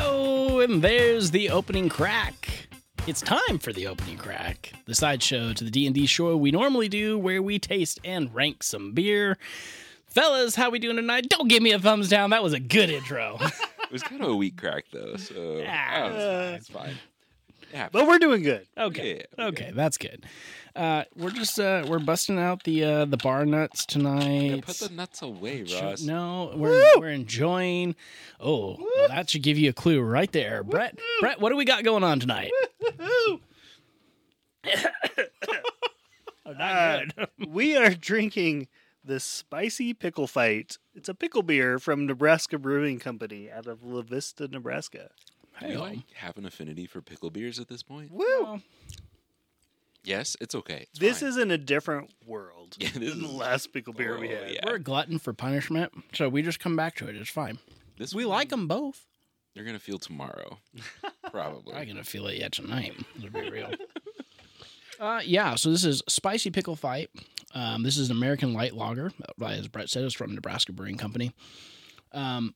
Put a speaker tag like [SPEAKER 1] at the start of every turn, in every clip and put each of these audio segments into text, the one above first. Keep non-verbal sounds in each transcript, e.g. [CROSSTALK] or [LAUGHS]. [SPEAKER 1] Oh, and there's the opening crack. It's time for the opening crack, the sideshow to the D&D show we normally do where we taste and rank some beer. Fellas, how we doing tonight? Don't give me a thumbs down. That was a good
[SPEAKER 2] [LAUGHS]
[SPEAKER 1] intro. [LAUGHS]
[SPEAKER 2] It was kind of a weak crack though, so
[SPEAKER 1] Ah.
[SPEAKER 2] I don't know, it's fine. It happened.
[SPEAKER 3] Uh. But we're doing good.
[SPEAKER 1] Okay.
[SPEAKER 2] Yeah,
[SPEAKER 1] okay. that's good. Uh, we're just uh, we're busting out the uh, the bar nuts tonight.
[SPEAKER 2] Yeah, put the nuts away,
[SPEAKER 1] Ju-
[SPEAKER 2] Ross.
[SPEAKER 1] No, we're we're enjoying. Oh, well, that should give you a clue right there, Brett. Brett, what do we got going on tonight?
[SPEAKER 3] Uh,
[SPEAKER 2] [LAUGHS]
[SPEAKER 3] we are drinking the spicy pickle fight. It's a pickle beer from Nebraska Brewing Company out of La Vista, Nebraska.
[SPEAKER 2] Do we
[SPEAKER 1] Hell.
[SPEAKER 2] like have an affinity for pickle beers at this point?
[SPEAKER 3] Woo!
[SPEAKER 2] Yes, it's okay. It's
[SPEAKER 3] This
[SPEAKER 2] fine.
[SPEAKER 3] is in a different world
[SPEAKER 2] Yeah, this
[SPEAKER 3] than the
[SPEAKER 2] is-
[SPEAKER 3] last pickle beer we
[SPEAKER 2] Oh,
[SPEAKER 3] had.
[SPEAKER 2] yeah.
[SPEAKER 1] We're a glutton for punishment, so we just come back to it. It's fine.
[SPEAKER 2] this
[SPEAKER 1] We like them both.
[SPEAKER 2] You're gonna feel
[SPEAKER 3] [LAUGHS]
[SPEAKER 2] tomorrow, probably.
[SPEAKER 1] I'm gonna feel it yet tonight. To be real. [LAUGHS] Uh, yeah, so this is spicy pickle fight. Um, this is an American light lager, uh, as Brett said, it's from Nebraska Brewing Company. Um,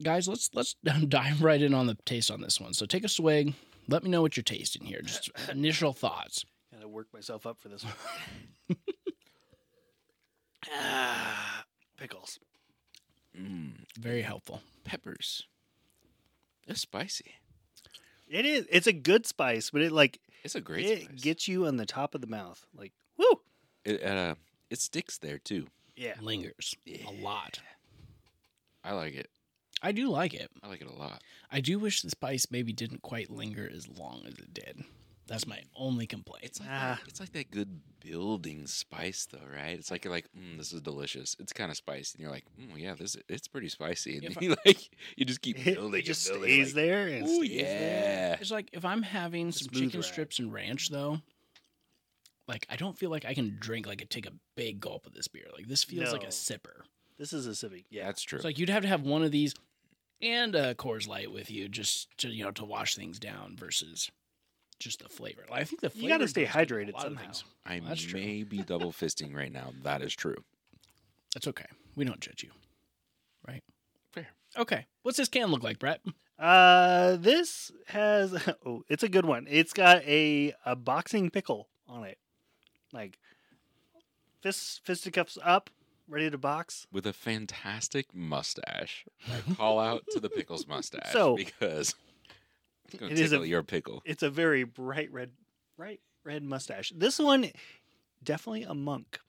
[SPEAKER 1] guys, let's let's [LAUGHS] dive right in on the taste on this one. So take a swig. Let me know what you're tasting here. Just initial thoughts.
[SPEAKER 3] Gotta work myself up for this one.
[SPEAKER 2] [LAUGHS]
[SPEAKER 3] [SIGHS] Ah, pickles.
[SPEAKER 2] Mm,
[SPEAKER 1] Very helpful.
[SPEAKER 2] peppers. It's spicy.
[SPEAKER 3] It is. It's a good spice, but it like
[SPEAKER 2] It's a great
[SPEAKER 3] it
[SPEAKER 2] spice.
[SPEAKER 3] gets you on the top of the mouth. Like woo.
[SPEAKER 2] it, uh, it sticks there too.
[SPEAKER 3] Yeah.
[SPEAKER 1] Lingers a lot.
[SPEAKER 2] I like it.
[SPEAKER 1] I do like it.
[SPEAKER 2] I like it a lot.
[SPEAKER 1] I do wish the spice maybe didn't quite linger as long as it did. That's my only complaint.
[SPEAKER 2] It's like
[SPEAKER 3] Ah.
[SPEAKER 2] that, it's like that good building spice though, right? It's like you're like, mm, this is delicious. It's kind of spicy, and you're like, mm, yeah, this it's pretty spicy, and
[SPEAKER 1] If
[SPEAKER 2] you [LAUGHS] like you just keep
[SPEAKER 3] [LAUGHS] It,
[SPEAKER 2] building,
[SPEAKER 3] it just
[SPEAKER 2] and building,
[SPEAKER 3] stays
[SPEAKER 2] like,
[SPEAKER 3] there. And
[SPEAKER 2] Oh
[SPEAKER 3] stays there.
[SPEAKER 2] yeah,
[SPEAKER 1] It's like if I'm having some
[SPEAKER 3] smooth
[SPEAKER 1] chicken
[SPEAKER 3] ride.
[SPEAKER 1] strips and ranch though, like I don't feel like I can drink like a, take a big gulp of this beer. Like this feels like a
[SPEAKER 3] No.
[SPEAKER 1] sipper.
[SPEAKER 3] This is a civic.
[SPEAKER 2] yeah,
[SPEAKER 3] Yeah.
[SPEAKER 2] that's true.
[SPEAKER 1] It's like you'd have to have one of these and a Coors Light with you just to you know to wash things down versus just the flavor. Like, I think the flavor
[SPEAKER 3] You gotta stay
[SPEAKER 1] goes with a
[SPEAKER 3] hydrated
[SPEAKER 1] lot of
[SPEAKER 3] somehow.
[SPEAKER 1] things.
[SPEAKER 2] I
[SPEAKER 1] that's true.
[SPEAKER 2] may be double fisting right now. That is true.
[SPEAKER 1] That's okay. We don't judge you, right?
[SPEAKER 2] Fair.
[SPEAKER 1] Okay. What's this can look like, Brett?
[SPEAKER 3] Uh, this has [LAUGHS] oh, it's a good one. It's got a a boxing pickle on it, like fist fisticuffs up, ready to box.
[SPEAKER 2] With a fantastic mustache,
[SPEAKER 3] [LAUGHS]
[SPEAKER 2] I call out to the pickles mustache
[SPEAKER 3] So-
[SPEAKER 2] because it's gonna
[SPEAKER 3] It is a-
[SPEAKER 2] tickle your
[SPEAKER 3] [LAUGHS]
[SPEAKER 2] pickle. [LAUGHS]
[SPEAKER 3] It's a very bright red, bright red mustache. This one, definitely a monk.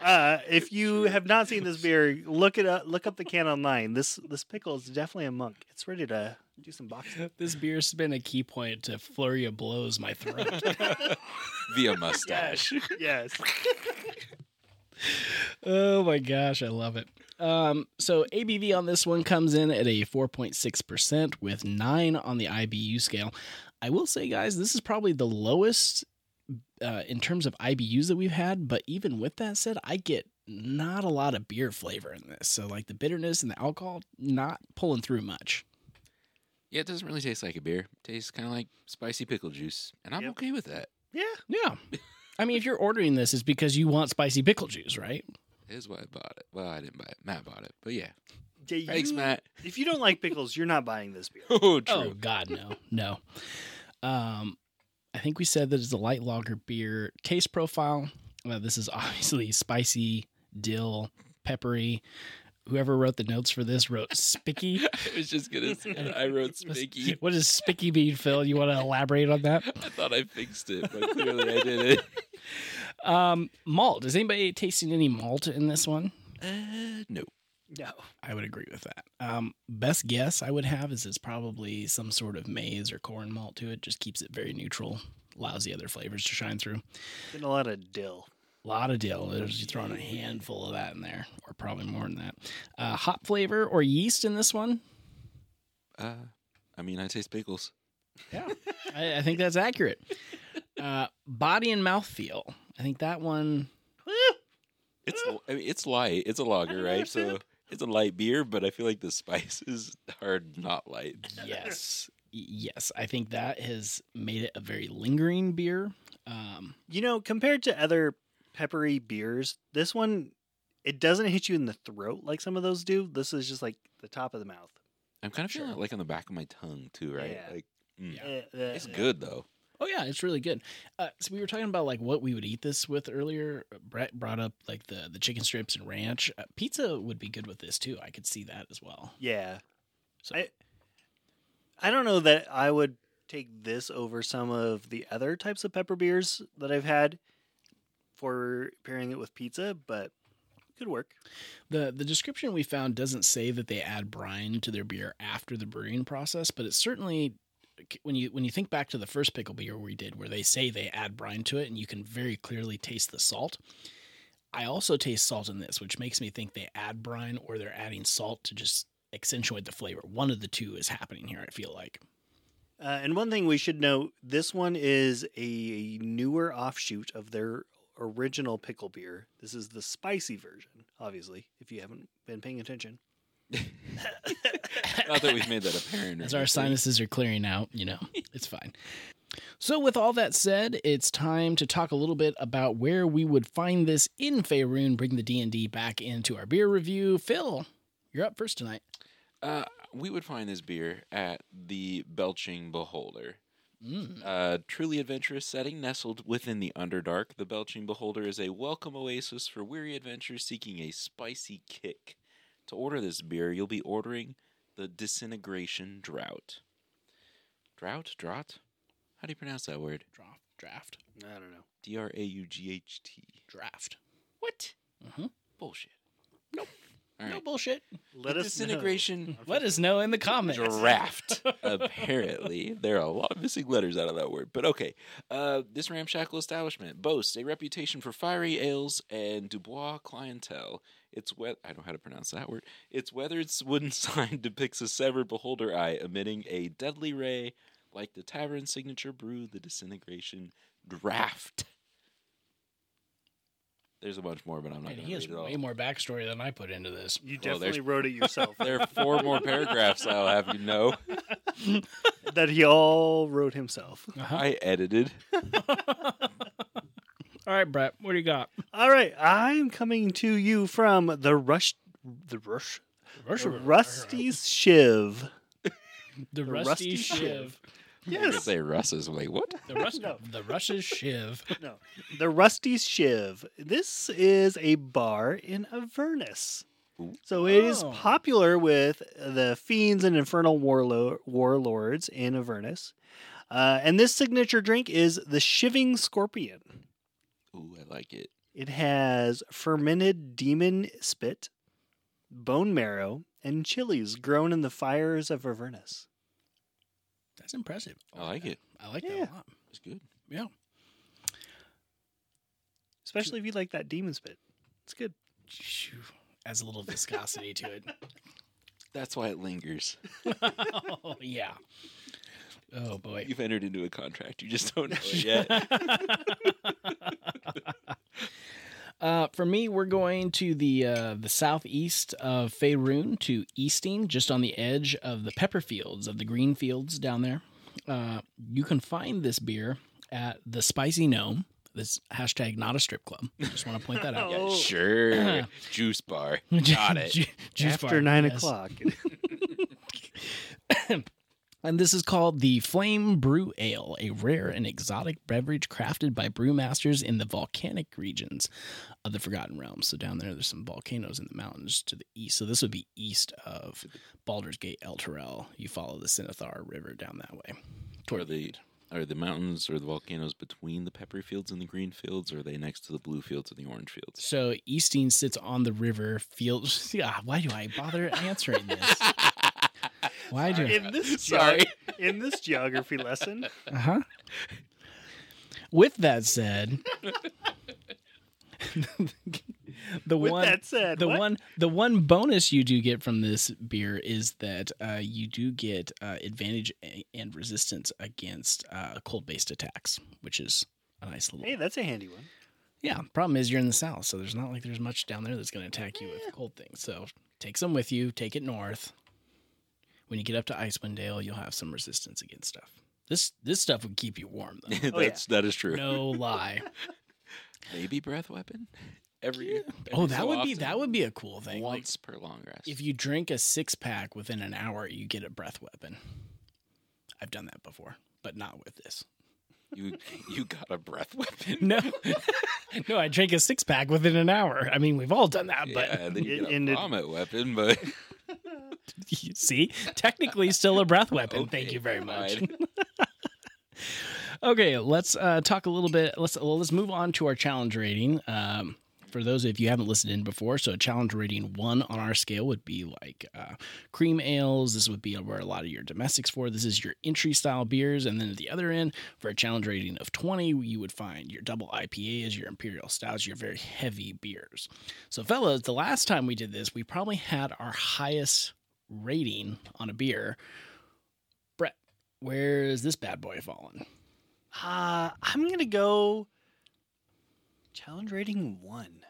[SPEAKER 3] Uh, if you have not seen this beer, look it up. Look up the can online. This this pickle is definitely a monk. It's ready to do some
[SPEAKER 1] [LAUGHS]
[SPEAKER 3] boxing.
[SPEAKER 1] This beer's been a key point to flurry of blows my throat. [LAUGHS]
[SPEAKER 2] Via mustache.
[SPEAKER 3] yes.
[SPEAKER 1] Oh my gosh, I love it. Um, so ABV on this one comes in at a 4.6% with 9 on the IBU scale. I will say, guys, this is probably the lowest uh, in terms of IBUs that we've had, but even with that said, I get not a lot of beer flavor in this. So, like the bitterness and the alcohol, not pulling through much.
[SPEAKER 2] Yeah, it doesn't really taste like a beer. It tastes kind of like spicy pickle juice, and I'm
[SPEAKER 3] Yep.
[SPEAKER 2] okay with that.
[SPEAKER 3] Yeah.
[SPEAKER 1] Yeah. I mean, if you're ordering this, it's because you want spicy pickle juice, right?
[SPEAKER 2] It is why I bought it. Well, I didn't buy it. Matt bought it, but yeah.
[SPEAKER 3] Yeah,
[SPEAKER 2] Thanks,
[SPEAKER 3] you-
[SPEAKER 2] Matt. [LAUGHS]
[SPEAKER 3] If you don't like pickles, you're not buying this beer.
[SPEAKER 2] Oh, true. [LAUGHS]
[SPEAKER 1] Oh God, no, no. Um, I think we said that it's a light lager beer taste profile. Uh, this is [LAUGHS] obviously spicy, dill, peppery. Whoever wrote the notes for this wrote
[SPEAKER 2] [LAUGHS]
[SPEAKER 1] spicky.
[SPEAKER 2] I was just gonna
[SPEAKER 1] [LAUGHS]
[SPEAKER 2] say that I wrote spiky.
[SPEAKER 1] What does spicky mean, Phil? You want to elaborate on that?
[SPEAKER 2] [LAUGHS] I thought I fixed it, but clearly
[SPEAKER 1] [LAUGHS]
[SPEAKER 2] I didn't.
[SPEAKER 1] Um, malt. Is anybody tasting any malt in this one?
[SPEAKER 2] Uh, no.
[SPEAKER 3] No.
[SPEAKER 1] I would agree with that. Um, best guess I would have is it's probably some sort of maize or corn malt to it. Just keeps it very neutral, allows the other flavors to shine through.
[SPEAKER 3] Been a lot of dill.
[SPEAKER 1] A lot of dill. There's you throwing a handful of that in there, or probably more than that. Uh, hop flavor or yeast in this one?
[SPEAKER 2] Uh, I mean, I taste pickles.
[SPEAKER 1] I, I think that's accurate. Uh, body and mouth feel. I think that one.
[SPEAKER 2] It's I mean, it's light. It's a lager, right? So it's a light beer, but I feel like the [LAUGHS] spices are not light.
[SPEAKER 1] Yes, Y- yes. I think that has made it a very lingering beer. Um,
[SPEAKER 3] You know, compared to other peppery beers, this one it doesn't hit you in the throat like some of those do. This is just like the top of the mouth.
[SPEAKER 2] I'm kind of feeling
[SPEAKER 1] Sure.
[SPEAKER 2] it like on the back of my tongue too, right?
[SPEAKER 3] Yeah.
[SPEAKER 2] Like mm.
[SPEAKER 1] Yeah.
[SPEAKER 3] Uh, the-
[SPEAKER 2] it's good though.
[SPEAKER 1] Oh yeah, it's really good. Uh, so we were talking about like what we would eat this with earlier. Brett brought up like the the chicken strips and ranch. Uh, pizza would be good with this too. I could see that as well.
[SPEAKER 3] Yeah.
[SPEAKER 1] So-
[SPEAKER 3] I I don't know that I would take this over some of the other types of pepper beers that I've had for pairing it with pizza, but could work.
[SPEAKER 1] The the description we found doesn't say that they add brine to their beer after the brewing process, but it's certainly when you when you think back to the first pickle beer we did where they say they add brine to it and you can very clearly taste the salt. I also taste salt in this, which makes me think they add brine or they're adding salt to just accentuate the flavor. One of the two is happening here, I feel like.
[SPEAKER 3] Uh, and one thing we should note this one is a newer offshoot of their original pickle beer. This is the spicy version, obviously, if you haven't been paying attention. [LAUGHS]
[SPEAKER 2] Not that we've made that
[SPEAKER 1] [LAUGHS]
[SPEAKER 2] apparent. or
[SPEAKER 1] As our
[SPEAKER 2] anything.
[SPEAKER 1] sinuses are clearing out, you know, [LAUGHS] it's fine. So, with all that said, it's time to talk a little bit about where we would find this in Faerun. Bring the D and D back into our beer review. Phil, you're up first tonight.
[SPEAKER 2] Uh, we would find this beer at the Belching Beholder.
[SPEAKER 1] Mm.
[SPEAKER 2] A truly adventurous setting nestled within the Underdark, the Belching Beholder is a welcome oasis for weary adventurers seeking a spicy kick. To order this beer, you'll be ordering the Disintegration Drought. Drought? Drought? How do you pronounce that word?
[SPEAKER 1] Draft, draft,
[SPEAKER 3] I don't know.
[SPEAKER 2] D R A U G H T.
[SPEAKER 1] draft.
[SPEAKER 2] What?
[SPEAKER 1] Mhm.
[SPEAKER 2] Bullshit.
[SPEAKER 1] Nope.
[SPEAKER 2] All right.
[SPEAKER 1] No bullshit.
[SPEAKER 3] Let
[SPEAKER 2] The
[SPEAKER 3] us
[SPEAKER 2] disintegration
[SPEAKER 1] Let us know in the comments.
[SPEAKER 2] Draft. [LAUGHS] Apparently, there are a lot of missing letters out of that word, but okay. Uh, this ramshackle establishment boasts a reputation for fiery ales and Dubois clientele. It's wet. I don't know how to pronounce that word. Its weathered wooden [LAUGHS] sign depicts a severed beholder eye emitting a deadly ray, like the tavern signature brew, the disintegration draft. There's a bunch more, but I'm not
[SPEAKER 1] Man,
[SPEAKER 2] going
[SPEAKER 1] he
[SPEAKER 2] to read
[SPEAKER 1] has
[SPEAKER 2] it all.
[SPEAKER 1] way more backstory than I put into this.
[SPEAKER 3] You
[SPEAKER 2] Well, there's-
[SPEAKER 3] definitely
[SPEAKER 2] [LAUGHS]
[SPEAKER 3] wrote it yourself.
[SPEAKER 2] There are four more paragraphs. I'll have you
[SPEAKER 1] [LAUGHS]
[SPEAKER 2] know.
[SPEAKER 3] that he all wrote himself.
[SPEAKER 1] Uh-huh.
[SPEAKER 2] I edited.
[SPEAKER 1] All right, Brett, what do you got?
[SPEAKER 3] All right, I'm coming to you from the rush, the rush, the rusty shiv.
[SPEAKER 1] the
[SPEAKER 3] the
[SPEAKER 1] rusty,
[SPEAKER 3] rusty
[SPEAKER 1] shiv.
[SPEAKER 3] shiv.
[SPEAKER 2] I was gonna say Russ's. I'm like, what?
[SPEAKER 1] The [LAUGHS] rust,
[SPEAKER 3] No.
[SPEAKER 1] the Russia's shiv.
[SPEAKER 3] no, the rusty shiv. This is a bar in Avernus,
[SPEAKER 2] Ooh.
[SPEAKER 3] so it is
[SPEAKER 1] Oh.
[SPEAKER 3] popular with the fiends and infernal warlo- warlords in Avernus. Uh, and this signature drink is the Shiving Scorpion.
[SPEAKER 2] Ooh, I like it.
[SPEAKER 3] It has fermented demon spit, bone marrow, and chilies grown in the fires of Avernus.
[SPEAKER 1] That's impressive.
[SPEAKER 2] I like it.
[SPEAKER 1] I like
[SPEAKER 3] Yeah.
[SPEAKER 1] that a lot.
[SPEAKER 2] It's good.
[SPEAKER 1] Yeah.
[SPEAKER 3] Especially if you like that demon spit. It's good.
[SPEAKER 1] Shoo. Adds a little viscosity to it. [LAUGHS]
[SPEAKER 2] That's why it lingers.
[SPEAKER 1] oh, yeah. Oh, boy.
[SPEAKER 2] You've entered into a contract. You just [LAUGHS] don't know it yet.
[SPEAKER 1] Uh, for me, we're going to the uh, the southeast of Faerun to Easting, just on the edge of the pepper fields of the green fields down there. Uh, you can find this beer at the Spicy Gnome. This hashtag not a strip club. Just want to point that
[SPEAKER 3] [LAUGHS]
[SPEAKER 1] out.
[SPEAKER 2] yeah,
[SPEAKER 3] Oh.
[SPEAKER 2] sure. Juice bar. Got
[SPEAKER 1] [LAUGHS]
[SPEAKER 2] it.
[SPEAKER 1] Ju- juice
[SPEAKER 3] After
[SPEAKER 1] bar,
[SPEAKER 3] nine
[SPEAKER 1] yes. [LAUGHS]
[SPEAKER 3] o'clock.
[SPEAKER 1] And this is called the Flame Brew Ale, a rare and exotic beverage crafted by brewmasters in the volcanic regions of the Forgotten Realms. So down there, there's some volcanoes in the mountains to the east. So this would be east of Baldur's Gate, El Terrell. You follow the Sinathar River down that way.
[SPEAKER 2] Are the are the mountains or the volcanoes between the pepper fields and the green fields? Or are they next to the blue fields and the orange fields?
[SPEAKER 1] So Easting sits on the river field. [LAUGHS] Yeah, why do I bother answering
[SPEAKER 3] [LAUGHS]
[SPEAKER 1] this? Why do I?
[SPEAKER 3] in this
[SPEAKER 2] Sorry.
[SPEAKER 3] geog- [LAUGHS] in this geography lesson.
[SPEAKER 1] Uh huh. With that said, [LAUGHS] the
[SPEAKER 3] With
[SPEAKER 1] one
[SPEAKER 3] that said,
[SPEAKER 1] the
[SPEAKER 3] what?
[SPEAKER 1] one the one bonus you do get from this beer is that uh, you do get uh, advantage a- and resistance against uh, cold based attacks, which is a nice little
[SPEAKER 3] Hey, that's a handy one.
[SPEAKER 1] yeah. Problem is you're in the south, so there's not like there's much down there that's going to attack you with cold things. So take some with you. Take it north. When you get up to Icewind Dale, you'll have some resistance against stuff. This this stuff would
[SPEAKER 3] [LAUGHS]
[SPEAKER 1] Oh,
[SPEAKER 2] [LAUGHS]
[SPEAKER 1] keep you warm though.
[SPEAKER 2] That's that is true.
[SPEAKER 1] No lie.
[SPEAKER 2] Maybe breath weapon. every.
[SPEAKER 1] Yeah.
[SPEAKER 2] every
[SPEAKER 1] Oh, that
[SPEAKER 2] so
[SPEAKER 1] would be
[SPEAKER 2] often.
[SPEAKER 1] that would be a cool thing. Like,
[SPEAKER 2] once per long rest.
[SPEAKER 1] if you drink a six pack within an hour, you get a breath weapon. I've done that before, but not with this.
[SPEAKER 2] you you got a
[SPEAKER 1] [LAUGHS]
[SPEAKER 2] breath weapon,
[SPEAKER 1] No, no, I drank a six pack within an hour. I mean, we've all done that,
[SPEAKER 2] yeah,
[SPEAKER 1] but
[SPEAKER 2] and then you
[SPEAKER 3] It
[SPEAKER 2] get a
[SPEAKER 3] ended-
[SPEAKER 2] vomit weapon, but
[SPEAKER 1] [LAUGHS] you see, technically, still a breath weapon. Thank
[SPEAKER 2] Okay,
[SPEAKER 1] you very [LAUGHS]
[SPEAKER 2] [LAUGHS]
[SPEAKER 1] much.
[SPEAKER 2] fine.
[SPEAKER 1] Okay, let's uh, talk a little bit. Let's well, let's move on to our challenge rating. Um, for those of you who haven't listened in before, so challenge rating one on our scale would be like uh, cream ales. This would be where a lot of your domestics for. This is your entry style beers, and then at the other end for a challenge rating of twenty, you would find your double IPAs, your imperial stouts, your very heavy beers. So, fellas, the last time we did this, we probably had our highest rating on a beer. Brett, where is this bad boy falling?
[SPEAKER 3] Uh, I'm going to go challenge rating one.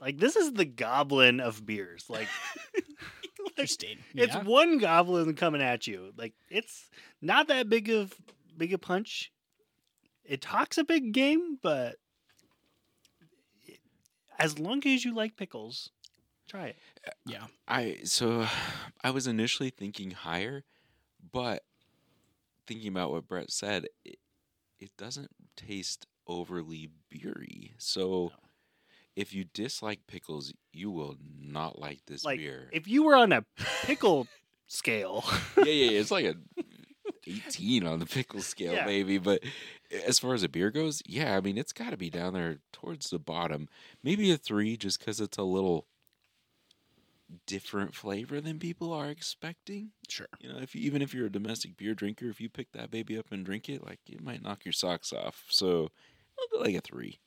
[SPEAKER 3] Like, this is the goblin of beers. [LAUGHS] Like,
[SPEAKER 1] Interesting.
[SPEAKER 3] it's
[SPEAKER 1] yeah.
[SPEAKER 3] one goblin coming at you. Like, it's not that big of big a punch. It talks a big game, but it- as long as you like pickles, try it.
[SPEAKER 1] yeah.
[SPEAKER 2] I so [SIGHS] I was initially thinking higher, but thinking about what Brett said, it, it doesn't taste overly beery.
[SPEAKER 1] No.
[SPEAKER 2] So if you dislike pickles, you will not like this
[SPEAKER 3] Like,
[SPEAKER 2] beer.
[SPEAKER 3] if you were on a pickle [LAUGHS] scale,
[SPEAKER 2] [LAUGHS] yeah, yeah, yeah, it's like a 18 on the pickle scale
[SPEAKER 3] Yeah.
[SPEAKER 2] maybe, but as far as a beer goes, yeah, I mean it's got to be down there towards the bottom. Maybe a 3 just cuz it's a little different flavor than people are expecting.
[SPEAKER 1] Sure.
[SPEAKER 2] You know, if you, even if you're a domestic beer drinker, if you pick that baby up and drink it, like it might knock your socks off. So, I'll go like a three.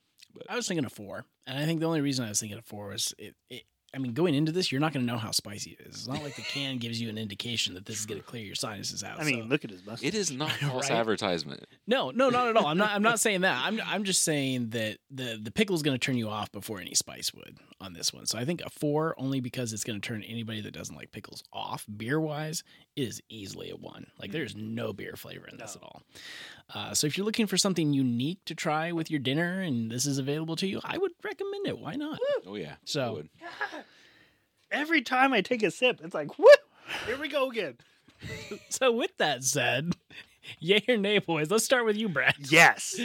[SPEAKER 1] I was thinking of four, and I think the only reason I was thinking of four was it. it I mean, going into this, you're not going to know how spicy it is. It's not like the can gives you an indication that this is going to clear your sinuses out.
[SPEAKER 3] I mean,
[SPEAKER 1] so-
[SPEAKER 3] look at his mustache.
[SPEAKER 2] It is
[SPEAKER 1] [LAUGHS]
[SPEAKER 2] not false
[SPEAKER 1] Right?
[SPEAKER 2] advertisement.
[SPEAKER 1] no, no, not at all. I'm not. I'm not saying that. I'm. I'm just saying that the the pickle's going to turn you off before any spice would on this one. So I think a four only because it's going to turn anybody that doesn't like pickles off. Beer wise, is easily a one. Like there's no beer flavor in this
[SPEAKER 3] No.
[SPEAKER 1] at all. Uh, so if you're looking for something unique to try with your dinner and this is available to you, I would recommend it. Why not?
[SPEAKER 2] Oh yeah. I
[SPEAKER 1] So-
[SPEAKER 2] would.
[SPEAKER 3] Every time I take a sip, it's like, whoop, here we go again.
[SPEAKER 1] So with that said, [LAUGHS] yay or nay, boys. Let's start with you, Brad.
[SPEAKER 3] Yes,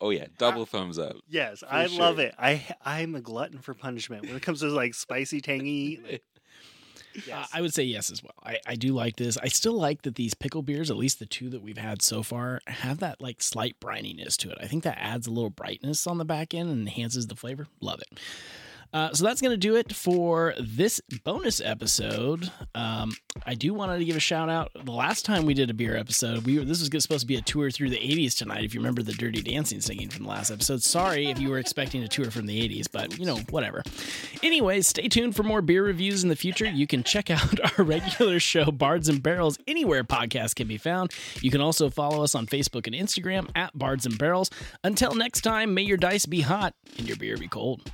[SPEAKER 2] oh yeah, double thumbs up.
[SPEAKER 3] yes,
[SPEAKER 2] For
[SPEAKER 3] I love
[SPEAKER 2] sure.
[SPEAKER 3] it. I I'm a glutton for punishment when it comes to like spicy, tangy. like-
[SPEAKER 1] Uh,
[SPEAKER 3] yes.
[SPEAKER 1] I would say yes as well. I, I do like this. I still like that these pickle beers, at least the two that we've had so far, have that like slight brininess to it. I think that adds a little brightness on the back end and enhances the flavor. Love it. Uh, so that's going to do it for this bonus episode. Um, I do want to give a shout out. The last time we did a beer episode, we were, this was supposed to be a tour through the 80s tonight. If you remember the Dirty Dancing singing from the last episode, sorry if you were expecting a tour from the 80s, but you know, whatever. Anyways, stay tuned for more beer reviews in the future. You can check out [LAUGHS] our regular show, Bards and Barrels, anywhere podcasts can be found. You can also follow us on Facebook and Instagram at Bards and Barrels. Until next time, may your dice be hot and your beer be cold.